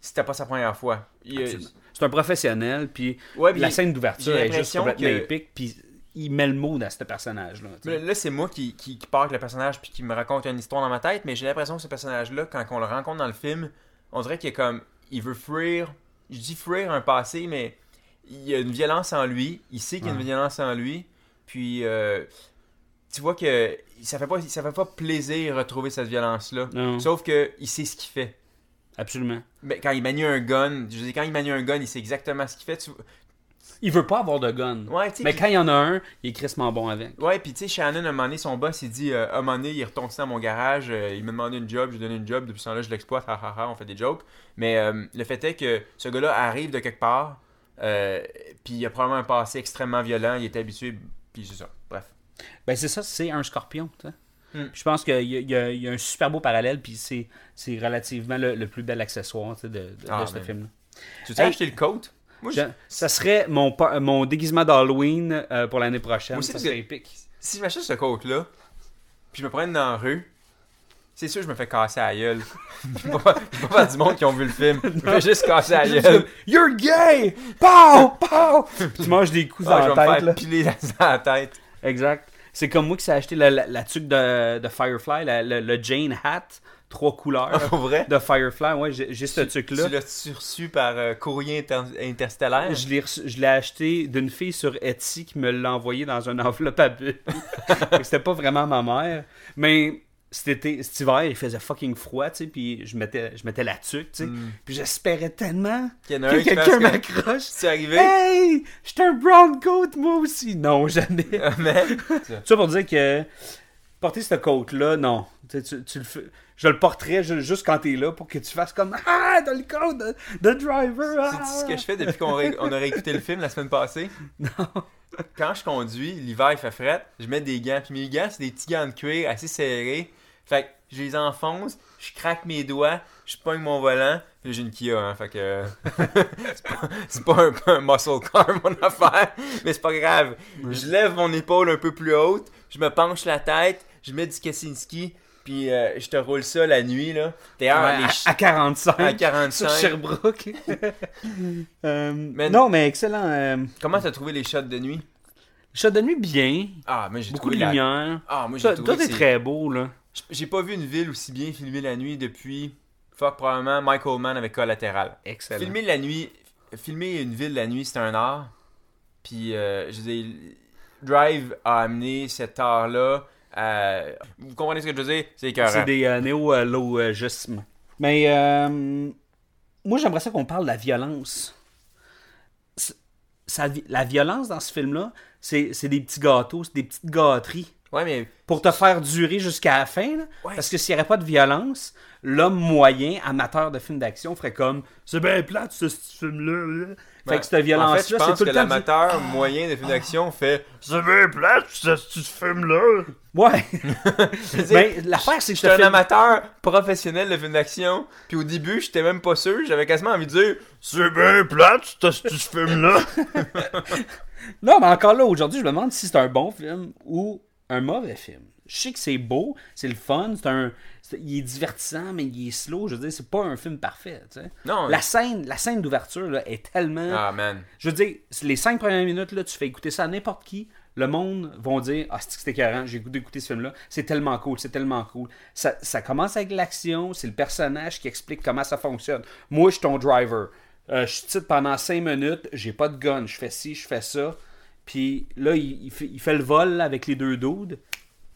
S5: c'était pas sa première fois. Il-
S6: C'est un professionnel, puis
S5: Ouais, puis
S6: la
S5: il-
S6: scène d'ouverture
S5: j'ai
S6: est juste
S5: l'impression
S6: complètement
S5: que-
S6: épique, puis il met le mot à ce personnage-là. tu
S5: Mais
S6: sais.
S5: Là, c'est moi qui, qui, qui part avec le personnage puis qui me raconte une histoire dans ma tête, mais j'ai l'impression que ce personnage-là, quand on le rencontre dans le film, on dirait qu'il est comme. Il veut fuir. Je dis fuir un passé, mais il y a une violence en lui. Il sait qu'il y a une violence en lui. Puis, euh, tu vois que ça fait pas, ça fait pas plaisir de retrouver cette violence-là.
S6: Non.
S5: Sauf que il sait ce qu'il fait.
S6: Absolument.
S5: Mais quand il manie un gun, je veux dire, quand il manie un gun, il sait exactement ce qu'il fait. Tu-
S6: Il veut pas avoir de gun.
S5: Ouais, tu sais,
S6: mais
S5: il-
S6: quand il y en a un, il est crissement bon avec.
S5: Ouais, puis tu sais, Shannon, à un moment donné, son boss, il dit euh, À un moment donné, il retombe dans mon garage, euh, il me demandait une job, je lui ai donné une job, depuis ce temps-là, je l'exploite, ha ha ha, on fait des jokes. Mais euh, le fait est que ce gars-là arrive de quelque part, euh, puis il a probablement un passé extrêmement violent, il est habitué, puis c'est ça. Bref.
S6: Ben c'est ça, c'est un scorpion. tu sais.
S5: Hmm.
S6: Puis Je pense qu'il y, a- il y a- il y a un super beau parallèle, puis c'est c'est relativement le, le plus bel accessoire tu sais, de, de, de
S5: Ah,
S6: ce
S5: ben,
S6: film-là.
S5: Tu veux
S6: Hey.
S5: acheter le coat Moi, je-
S6: Je- ça serait mon, pa- mon déguisement d'Halloween euh, pour l'année prochaine.
S5: Moi aussi,
S6: ça
S5: parce que-
S6: serait épique.
S5: si je m'achète ce coat-là, puis je me prenne dans la rue, c'est sûr que je me fais casser à gueule. Je vais pas je vais pas faire du monde qui ont vu le film. Je me fais juste casser à gueule.
S6: You're gay! Pow! Pow! Puis tu manges des coups
S5: Ah,
S6: dans
S5: je vais
S6: la
S5: me
S6: tête.
S5: faire
S6: là.
S5: piler dans la tête.
S6: Exact. C'est comme moi qui s'est acheté la, la, la tuque de, de Firefly, la- le, le Jane Hat, trois couleurs
S5: Pour vrai?
S6: de Firefly. Ouais, j'ai j'ai cette tuque-là.
S5: Ah, Tu l'as reçu par euh, courrier inter- interstellaire.
S6: Je l'ai, reçu- je l'ai acheté d'une fille sur Etsy qui me l'a envoyé dans une enveloppe à bulles. Fait que C'était pas vraiment ma mère. Mais cet, été, cet hiver, il faisait fucking froid, tu sais, puis je mettais, je mettais la tuque, tu sais. Puis j'espérais tellement
S5: Hmm. Qu'il y en a un
S6: que
S5: qui fasse
S6: quelqu'un
S5: comme-
S6: m'accroche.
S5: C'est arrivé.
S6: Hey! J'étais un brown coat, moi aussi! Non, jamais.
S5: Ah, mais-
S6: Ça pour dire que porter cette coat-là, non. Tu, sais, tu- tu le fais- Je le porterais ju- juste quand t'es là pour que tu fasses comme Ah, dans le coat de, de driver!
S5: C'est
S6: Ah!
S5: ce que je fais depuis qu'on ré- on a réécouté le film la semaine passée. Non. Quand je conduis, l'hiver il fait fret, je mets des gants. Puis mes gants, c'est des petits gants de cuir assez serrés. Fait que je les enfonce, je craque mes doigts, je pogne mon volant. Puis j'ai une Kia, hein. Fait que. c'est pas, c'est pas un, un muscle car, mon affaire. Mais c'est pas grave. Je lève mon épaule un peu plus haute, je me penche la tête, je mets du Kaczynski. Puis euh, je te roule ça la nuit, là. D'ailleurs,
S6: Ouais,
S5: Ah, les
S6: à,
S5: ch-
S6: à 45.
S5: à 45.
S6: Sur Sherbrooke. Euh,
S5: Mais-
S6: non, mais excellent. Euh,
S5: Comment t'as trouvé les shots de nuit?
S6: Shot de nuit, bien.
S5: Ah, mais j'ai
S6: Beaucoup de
S5: trouvé la-
S6: lumière.
S5: Ah, moi j'ai
S6: Ça,
S5: trouvé
S6: Tout
S5: que
S6: est
S5: c'est-
S6: très beau, là.
S5: J'ai pas vu une ville aussi bien filmée la nuit depuis, fuck, probablement Michael Mann avec Collatéral.
S6: Excellent.
S5: Filmer la nuit, filmer une ville la nuit, c'est un art. Puis, euh, je veux dire, Drive a amené cet art-là à... Vous comprenez ce que je veux dire? C'est écœurant.
S6: C'est des euh, néologismes. Mais euh, moi, j'aimerais ça qu'on parle de la violence. C'est- ça- la violence dans ce film-là, c'est c'est des petits gâteaux, c'est des petites gâteries.
S5: Ouais, mais
S6: pour te faire durer jusqu'à la fin. là.
S5: Ouais.
S6: Parce que s'il n'y avait pas de violence, l'homme moyen, amateur de films d'action, ferait comme c'est bien plate ce, ce film-là. là. fait que cette
S5: Ben, en fait,
S6: violence-là,
S5: je pense
S6: c'est tout
S5: que
S6: le temps. du- Ah!
S5: l'amateur moyen de films d'action fait.
S3: C'est bien plate, ce, ce film-là.
S6: Ouais.
S5: Je veux
S6: Mais
S5: dire,
S6: l'affaire, c'est que je
S5: J'étais
S6: te
S5: un
S6: fais.
S5: amateur professionnel de films d'action, puis au début, j'étais même pas sûr, j'avais quasiment envie de dire
S3: C'est bien plate, ce, ce film-là.
S6: Non, mais encore là, aujourd'hui, je me demande si c'est un bon film ou un mauvais film. Je sais que c'est beau, c'est le fun, c'est un. c'est- Il est divertissant, mais il est slow. Je veux dire, c'est pas un film parfait. tu sais.
S5: Non.
S6: La scène, la scène d'ouverture là, est tellement.
S5: Ah man.
S6: Je veux dire, les cinq premières minutes, là, tu fais écouter ça à n'importe qui, le monde vont dire Ah, c'est que c'était écœurant, j'ai le goût d'écouter ce film-là, c'est tellement cool, c'est tellement cool. Ça, ça commence avec l'action, c'est le personnage qui explique comment ça fonctionne. Moi, je suis ton driver. Euh, je titre pendant cinq minutes, j'ai pas de gun, je fais ci, je fais ça. Puis là, il, il fait, il fait le vol là, avec les deux doudes,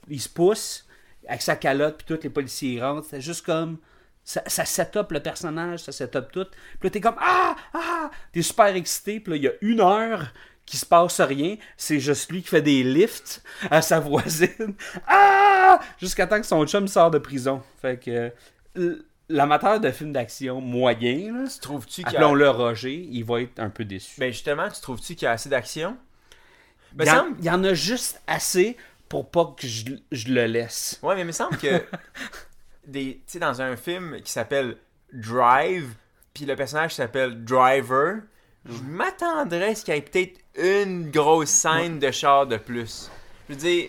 S6: il se pousse avec sa calotte, puis tout, les policiers ils rentrent. C'était juste comme. Ça, ça set up le personnage, ça set up tout. Puis là, t'es comme Ah Ah T'es super excité. Puis là, il y a une heure qui se passe rien. C'est juste lui qui fait des lifts à sa voisine. Ah Jusqu'à temps que son chum sort de prison. Fait que. euh, L'amateur de films d'action moyen, là,
S5: Trouves-tu qu'il y a-
S6: appelons-le Roger, il va être un peu déçu.
S5: Ben justement, tu trouves-tu qu'il y a assez d'action?
S6: il,
S5: Me
S6: y en,
S5: semble-
S6: il y en a juste assez pour pas que je, je le laisse.
S5: Ouais, mais il me semble que des tu sais dans un film qui s'appelle Drive, puis le personnage s'appelle Driver, je m'attendrais à ce qu'il y ait peut-être une grosse scène de char de plus. Je veux dire,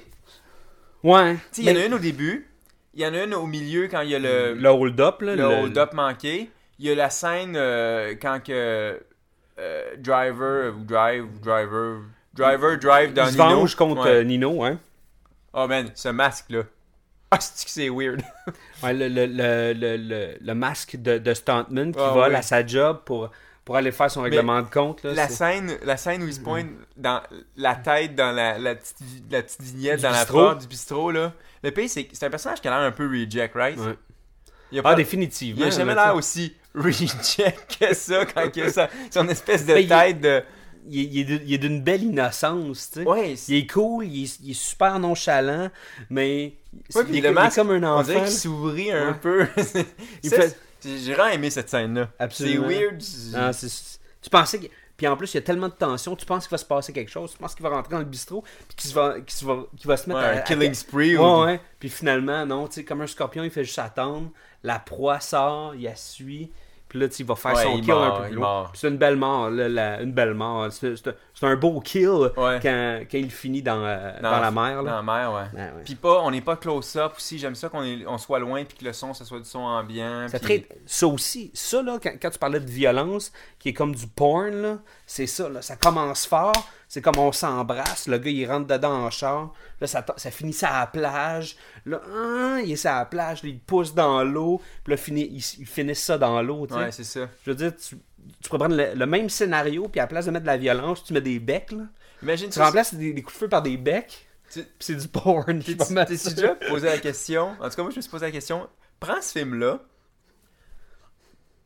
S6: Ouais.
S5: tu sais, il y en
S6: Mais-
S5: a une au début, il y en a une au milieu quand il y a le
S6: le hold-up, là.
S5: le hold-up manqué. Il y a la scène euh, quand que euh, Driver ou Drive ou Driver Driver drive dans
S6: Il se
S5: Nino.
S6: venge contre
S5: Ouais.
S6: euh, Nino, hein.
S5: Oh man, ce masque là. Ah, c'est que c'est weird.
S6: Ouais, le, le, le, le, le- le masque de, de Stuntman qui
S5: Ah,
S6: vole
S5: oui.
S6: à sa job pour, pour aller faire son règlement de compte. Là,
S5: La
S6: c'est-
S5: scène, la scène où il se pointe dans la tête dans la, la, petite, vi- la petite vignette
S6: Du
S5: dans
S6: bistrot.
S5: la porte du bistrot là. Le pays c'est c'est un personnage qui a l'air un peu reject, right?
S6: Ouais.
S5: Il a,
S6: Ah,
S5: pas-
S6: définitivement.
S5: il a jamais
S6: là,
S5: l'air aussi reject que ça quand il a sa- son espèce de
S6: Mais Ben, il-
S5: tête de
S6: t'sais. Il, est- il est d'une- il est d'une belle innocence, tu sais.
S5: Ouais,
S6: Il est cool, il est, il est super nonchalant, mais c'est-
S5: Ouais,
S6: il,
S5: puis
S6: est,
S5: le
S6: il est
S5: masque,
S6: comme un
S5: on
S6: enfant.
S5: dirait qu'il
S6: là.
S5: s'ouvrit un
S6: Ouais.
S5: peu.
S6: Il
S5: Ça,
S6: fait-
S5: c'est- J'ai vraiment aimé cette scène-là.
S6: Absolument.
S5: C'est weird. c'est-
S6: Non, c'est- tu pensais que... Puis en plus, il y a tellement de tension, tu penses qu'il va se passer quelque chose, tu penses qu'il va rentrer dans le bistrot, puis qu'il se va, qu'il se va, qu'il va se
S5: Ouais,
S6: mettre à-
S5: un
S6: à-
S5: killing spree.
S6: Ouais,
S5: ou-
S6: ouais. Puis finalement, non, tu sais, comme un scorpion, il fait juste attendre. La proie sort, il la suit. Puis là, tu sais, il va faire
S5: Ouais,
S6: son
S5: il
S6: kill
S5: meurt,
S6: un peu plus
S5: il
S6: loin.
S5: meurt.
S6: Puis c'est une belle mort, là, la- une belle mort. C'est c'est un- c'est un beau kill
S5: Ouais.
S6: quand, quand il finit dans, euh, dans la mer.
S5: Dans
S6: Là. Ah,
S5: la mer, ouais.
S6: Ouais, ouais.
S5: Puis pas, on n'est pas close-up aussi. J'aime ça qu'on est- on soit loin puis que le son, ça soit du son ambiant.
S6: Ça,
S5: puis-
S6: traite- ça aussi, ça là, quand, quand tu parlais de violence, qui est comme du porn, là, c'est ça, là, ça commence fort, c'est comme on s'embrasse, le gars il rentre dedans en char, là ça, to- ça finit ça à la plage, là, hein, il est ça à la plage, là, il pousse dans l'eau, puis là fini, ils, ils finissent ça dans l'eau, tu sais.
S5: Ouais, c'est ça.
S6: Je veux dire, tu, tu peux prendre le, le même scénario, puis à la place de mettre de la violence, tu mets des becs, là.
S5: Imagine
S6: Tu
S5: ça,
S6: remplaces des, des coups de feu par des becs,
S5: Tu-
S6: puis c'est du porn. je
S5: T'es-
S6: suis pas mal
S5: T'es-tu
S6: sûr.
S5: déjà posé la question? En tout cas, moi, je me suis posé la question. Prends ce film-là.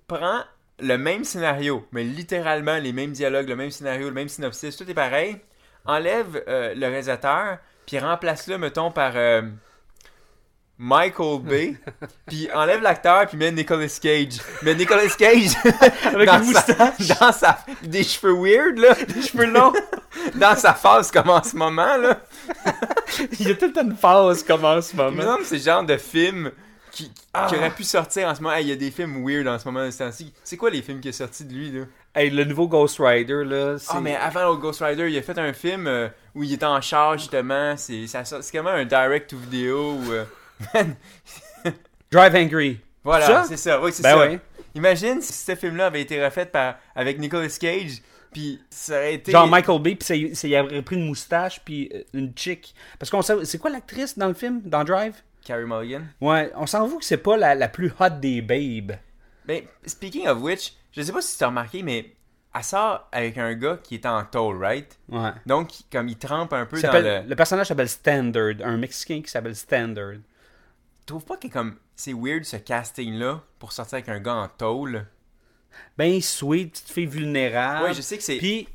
S5: Prends le même scénario, mais littéralement les mêmes dialogues, le même scénario, le même synopsis, tout est pareil. Enlève euh, le réalisateur, puis remplace-le, mettons, par euh, Michael Bay. puis enlève l'acteur, puis mets Nicolas Cage. Mais Nicolas Cage,
S6: Avec
S5: dans
S6: une
S5: sa- dans sa- des cheveux weird, là. Des cheveux longs. dans sa phase comme en ce moment, là.
S6: Il y a tout le temps une phase comme en ce
S5: Il me
S6: moment.
S5: semble que c'est le genre de film qui, qui aurait pu sortir en ce moment. Hey, Il y a des films weird en ce moment de ce temps-ci. C'est quoi les films qui est sorti de lui, là?
S6: Hey, le nouveau Ghost Rider, là, c'est...
S5: Ah, mais avant l'autre Ghost Rider, il a fait un film euh, où il était en charge, justement. C'est ça sort- c'est comme un direct-to-video. ou, euh,
S6: Drive Angry.
S5: Voilà,
S6: Ça?
S5: c'est ça. Oui, c'est
S6: Ben
S5: ça.
S6: ouais.
S5: Imagine si ce film-là avait été refait par... avec Nicolas Cage, puis ça aurait été...
S6: Genre Michael Bay, puis c'est- c'est- il aurait pris une moustache, puis euh, une chick. Parce qu'on sait... C'est quoi l'actrice dans le film, dans Drive?
S5: Carey Mulligan.
S6: Ouais, on s'en fout que c'est pas la, la plus hot des babes.
S5: Ben, speaking of which, je sais pas si tu as remarqué, mais elle sort avec un gars qui est en tôle, right?
S6: Ouais.
S5: Donc, comme il trempe un peu
S6: Il
S5: dans
S6: s'appelle-
S5: le...
S6: le... personnage s'appelle Standard, un Mexicain qui s'appelle Standard.
S5: trouve pas que comme c'est weird ce casting là pour sortir avec un gars en tôle.
S6: Ben sweet, petite fille vulnérable.
S5: Ouais, je sais que c'est-
S6: Puis,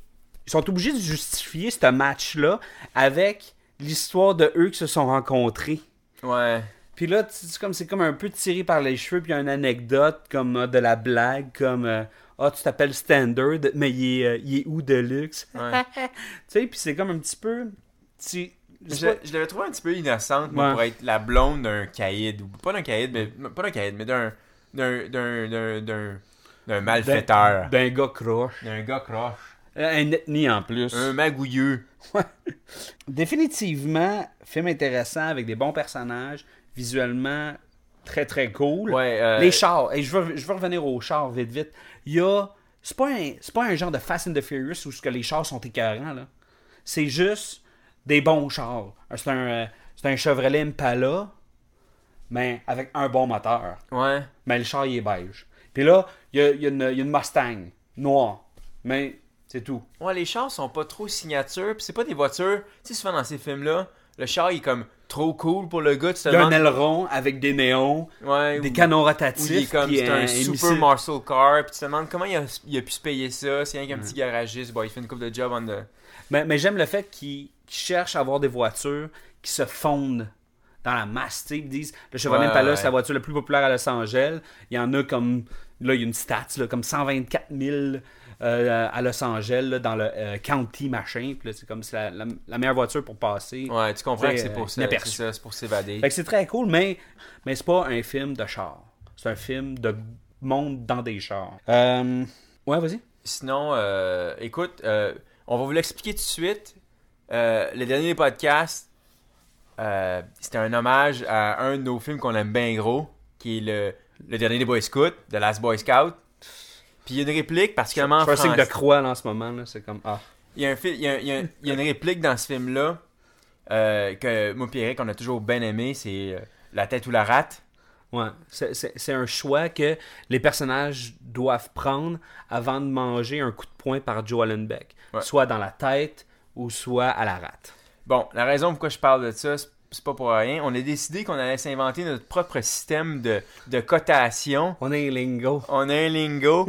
S6: ils sont obligés de justifier ce match-là avec l'histoire de eux qui se sont rencontrés.
S5: Ouais.
S6: Puis là, tu- c'est comme c'est comme un peu tiré par les cheveux, puis il y a une anecdote comme euh, de la blague, comme euh, ah tu t'appelles Standard, mais il est, euh, il est où Deluxe
S5: Ouais.
S6: Tu sais, puis c'est comme un petit peu, tu, je
S5: Je,
S6: sais pas-
S5: je l'avais trouvé un petit peu innocente moi,
S6: Ouais.
S5: pour être la blonde d'un caïd. Ou pas d'un caïd, mais pas d'un caïd, mais d'un d'un d'un d'un d'un- d'un malfaiteur.
S6: d'un gars croche,
S5: D'un gars croche.
S6: Euh, un ethnie en plus.
S5: Un magouilleux.
S6: Ouais. Définitivement, film intéressant avec des bons personnages, visuellement très très cool.
S5: Ouais, euh,
S6: Les chars, et je veux, je veux revenir aux chars vite vite. Il y a. C'est pas, un, c'est pas un genre de Fast and the Furious où ce que les chars sont écœurants, là. C'est juste des bons chars. C'est un, euh, c'est un Chevrolet Impala, mais avec un bon moteur.
S5: Ouais.
S6: Mais le char, il est beige. Puis là, il y a, il y a une, il y a une Mustang noire, mais c'est tout.
S5: Ouais, les chars sont pas trop signatures, pis c'est pas des voitures. Tu sais, souvent dans ces films-là, le char il est comme trop cool pour le gars, tu te
S6: Il y a un
S5: demandes.
S6: aileron avec des néons.
S5: Ouais,
S6: des
S5: ou-
S6: canons
S5: ou
S6: rotatifs.
S5: il est comme
S6: puis
S5: c'est un, super
S6: missile.
S5: muscle car, pis tu te demandes comment il a, il a pu se payer ça. C'est rien qu'un
S6: Mm.
S5: petit garagiste, bon, il fait une coupe de job en de.
S6: Mais, mais j'aime le fait qu'ils qu'ils cherchent à avoir des voitures qui se fondent dans la masse. tu sais, Ils disent le Chevrolet
S5: Ouais,
S6: Impala,
S5: ouais.
S6: c'est la voiture la plus populaire à Los Angeles. Il y en a comme. Là, il y a une stat, là, comme 124 000 euh, à Los Angeles, là, dans le euh, county machin. Puis là, c'est comme c'est la, la- la meilleure voiture pour passer.
S5: Ouais, tu comprends
S6: Ouais,
S5: que c'est
S6: euh,
S5: pour ça, c'est
S6: inaperçu.
S5: ça, c'est pour s'évader.
S6: Fait que c'est très cool, mais, mais c'est pas un film de char. C'est un film de monde dans des chars. Euh, Ouais, vas-y.
S5: Sinon, euh, écoute, euh, on va vous l'expliquer tout de suite. Euh, le dernier podcast, euh, c'était un hommage à un de nos films qu'on aime bien gros, qui est le, le dernier des Boy Scouts, The Last Boy Scout. Puis il y a une réplique particulièrement
S6: Je fais un signe de
S5: française.
S6: croix là, en ce moment. là, C'est comme. Ah.
S5: Il y, a un fil- il y a- il y a- il y a une réplique dans ce film-là euh, que moi et Eric, on a toujours bien aimé, c'est euh, La tête ou la rate.
S6: Ouais, c'est- c'est c'est un choix que les personnages doivent prendre avant de manger un coup de poing par Joe Allenbeck.
S5: Ouais.
S6: Soit dans la tête ou soit à la rate.
S5: Bon, la raison pourquoi je parle de ça, c'est c'est pas pour rien. On a décidé qu'on allait s'inventer notre propre système de, de cotation.
S6: On est lingo.
S5: on a un lingo.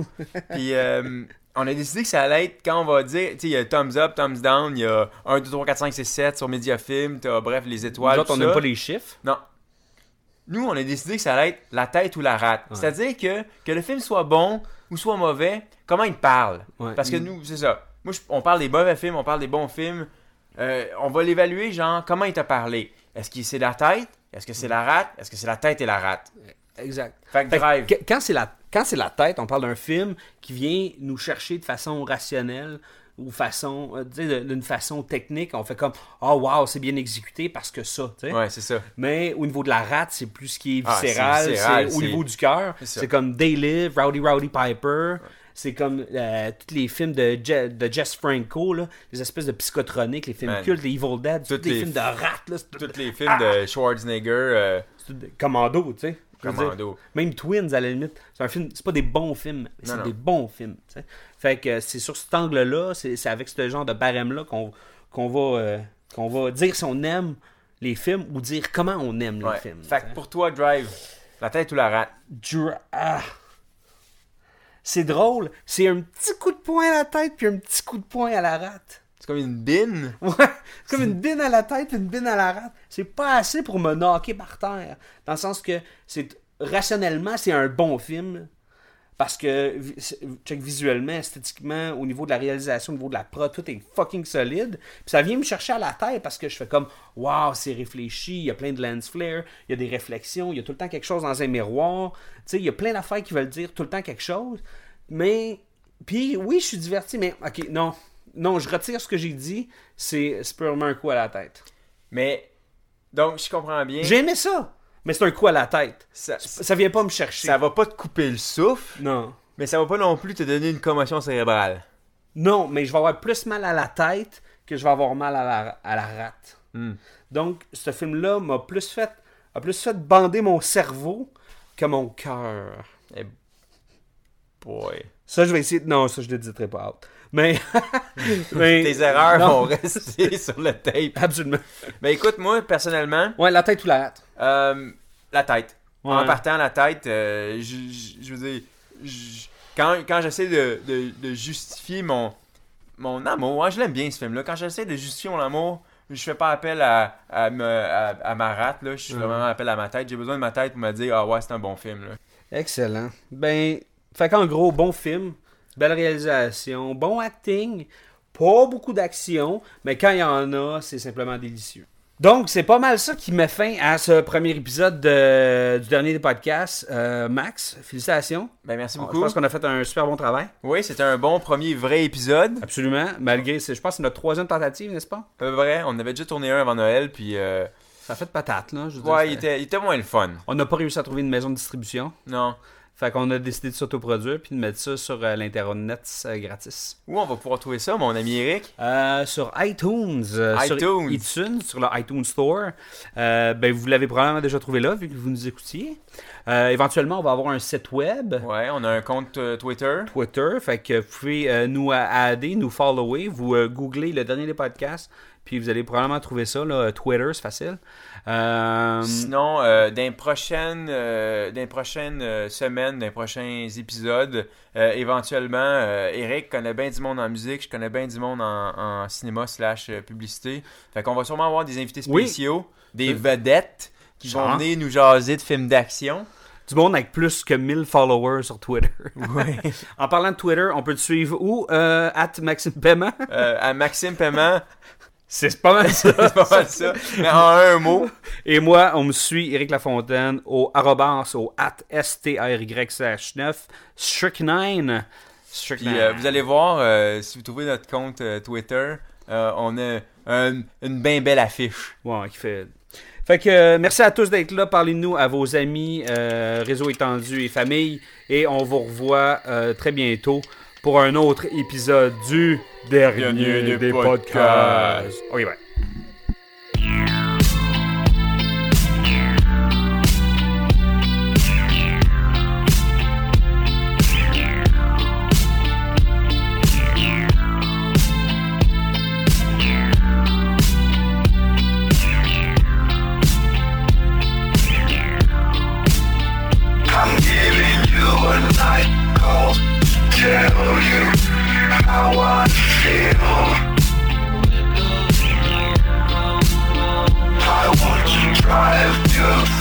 S5: puis euh, on a décidé que ça allait être quand on va dire, tu sais, il y a thumbs up, thumbs down, il y a 1, 2, 3, 4, 5, 6, 7 sur Mediafilm, t'as bref les
S6: Nous
S5: étoiles.
S6: autres,
S5: tout
S6: on
S5: ça.
S6: n'aime pas les chiffres.
S5: Non. Nous, on a décidé que ça allait être la tête ou la rate. C'est-à-dire que, que le film soit bon ou soit mauvais, comment il parle.
S6: Ouais.
S5: Parce que
S6: Mm.
S5: nous, c'est ça. Moi, je- on parle des mauvais films, on parle des bons films. Euh, on va l'évaluer, genre, comment il t'a parlé. Est-ce que c'est la tête? Est-ce que c'est la rate? Est-ce que c'est la tête et la rate?
S6: Exact.
S5: Fait que drive.
S6: quand c'est la quand c'est la tête, on parle d'un film qui vient nous chercher de façon rationnelle ou façon euh, tu sais, de- d'une façon technique, on fait comme "Oh wow, c'est bien exécuté parce que ça", tu sais.
S5: Ouais, c'est ça.
S6: Mais au niveau de la rate, c'est plus ce qui est
S5: Ah, c'est
S6: viscéral. c'est
S5: viscéral,
S6: au
S5: c'est-
S6: niveau du cœur,
S5: c'est ça.
S6: c'est comme They Live, Rowdy Rowdy Piper. C'est comme euh, tous les films de, Je- de Jess Franco, là, les espèces de psychotroniques, les films
S5: Man.
S6: cultes, les Evil Dead, tous
S5: Toutes
S6: les,
S5: les-
S6: films de rats. Là, c'est tout- Ah,
S5: Tous les films de Schwarzenegger. euh,
S6: c'est tout- Commando, tu sais. je veux dire.
S5: Commando.
S6: Même Twins, à la limite. C'est un film, c'est pas des bons films, mais c'est
S5: non.
S6: des bons films. tu sais. Fait que euh, c'est sur cet angle-là, c'est c'est avec ce genre de barème-là qu'on qu'on va, euh, qu'on va dire si on aime les films ou dire comment on aime les
S5: Ouais.
S6: films.
S5: Fait
S6: tu
S5: que
S6: sais.
S5: pour toi, Drive, la tête ou la rate?
S6: Dra- ah. C'est drôle, c'est un petit coup de poing à la tête puis un petit coup de poing à la rate.
S5: C'est comme une bine.
S6: Ouais, c'est comme une bine à la tête puis une bine à la rate. C'est pas assez pour me knocker par terre. Dans le sens que c'est rationnellement, c'est un bon film. Parce que vi- c'est- check, visuellement, esthétiquement, au niveau de la réalisation, au niveau de la prod, tout est fucking solide. Puis ça vient me chercher à la tête parce que je fais comme Waouh, c'est réfléchi, il y a plein de lens flare, il y a des réflexions, il y a tout le temps quelque chose dans un miroir. Tu sais, il y a plein d'affaires qui veulent dire tout le temps quelque chose. Mais puis oui, je suis diverti, mais ok, non. Non, je retire ce que j'ai dit, c'est c'est purement un coup à la tête.
S5: Mais, donc, je comprends bien.
S6: J'ai aimé ça, mais c'est un coup à la tête.
S5: Ça,
S6: Ça vient pas me chercher.
S5: ça va pas te couper le souffle,
S6: Non.
S5: mais ça va pas non plus te donner une commotion cérébrale.
S6: Non, mais je vais avoir plus mal à la tête que je vais avoir mal à la, à la rate.
S5: Hmm.
S6: Donc, ce film-là m'a plus fait, a plus fait bander mon cerveau que mon cœur.
S5: Eh, boy.
S6: Ça, je vais essayer. de- Non, ça, je ne le diterai pas out. Mais. mais-
S5: Tes erreurs
S6: non,
S5: vont rester sur le tape.
S6: Absolument.
S5: Mais écoute, moi, personnellement,
S6: Ouais, la tête ou la rate.
S5: euh, la tête. En
S6: Ouais.
S5: partant, la tête, euh, je, je- je veux dire, je- quand, quand j'essaie de, de- de justifier mon, mon amour, ouais, je l'aime bien ce film-là, quand j'essaie de justifier mon amour je fais pas appel à, à, me- à, à ma rate, là. Je fais vraiment appel à ma tête. J'ai besoin de ma tête pour me dire, ah ouais, c'est un bon film, là.
S6: Excellent. Ben, fait qu'en gros, bon film, belle réalisation, bon acting, pas beaucoup d'action, mais quand il y en a, c'est simplement délicieux. Donc, c'est pas mal ça qui met fin à ce premier épisode de- du dernier des podcasts. Euh, Max, félicitations.
S5: Ben, merci
S6: Ah, Je
S5: beaucoup.
S6: pense qu'on a fait un super bon travail.
S5: Oui, c'était un bon premier vrai épisode.
S6: Absolument. Malgré, c'est- je pense que c'est notre troisième tentative, n'est-ce pas?
S5: À peu près, on avait déjà tourné un avant Noël, puis euh,
S6: Ça fait de patate, là. je veux dire,
S5: ouais,
S6: c'est-
S5: il était, il était moins le fun.
S6: On n'a pas réussi à trouver une maison de distribution.
S5: Non.
S6: Fait qu'on a décidé de s'autoproduire puis de mettre ça sur euh, l'Internet euh, gratis.
S5: Où on va pouvoir trouver ça, mon ami Eric?
S6: Euh, sur iTunes, euh, sur
S5: iTunes.
S6: iTunes, sur le iTunes Store. Euh, ben, vous l'avez probablement déjà trouvé là, vu que vous nous écoutiez. Euh, éventuellement, on va avoir un site web,
S5: Ouais, on a un compte euh, Twitter.
S6: Twitter, fait que vous pouvez euh, nous a- adder, nous follower. Vous euh, googlez le dernier des podcasts, puis vous allez probablement trouver ça, là, Twitter, c'est facile. Euh,
S5: Sinon, euh, dans les prochaines, euh, dans les prochaines euh, semaines, dans les prochains épisodes, euh, éventuellement, euh, Eric connaît bien du monde en musique, je connais bien du monde en, en cinéma slash euh, publicité. Fait qu'on va sûrement avoir des invités
S6: Oui.
S5: spéciaux, des
S6: Euh,
S5: vedettes qui
S6: genre.
S5: vont venir nous jaser de films d'action.
S6: du monde avec plus que 1000 followers sur Twitter.
S5: Ouais.
S6: en parlant de Twitter, on peut te suivre où? Euh, at Maxime Paiement?
S5: Euh, à Maxime Paiement,
S6: C'est pas mal ça.
S5: c'est pas mal ça. Mais en un mot,
S6: Et moi, on me suit, Éric Lafontaine, au arrobas, au at STRYCH9, Strychnine.
S5: puis
S6: Strychnine.
S5: euh, vous allez voir, euh, si vous trouvez notre compte euh, Twitter, euh, on a un- une bien belle affiche.
S6: Ouais, qui fait. Fait que euh, merci à tous d'être là. Parlez-nous à vos amis, euh, réseau étendu et famille. Et on vous revoit euh, très bientôt pour un autre épisode du Dernier,
S5: Dernier
S6: des,
S5: des
S6: podcasts.
S5: podcasts.
S6: Ok, bye.
S7: I'm giving you a night call to tell you how I feel. I want to drive you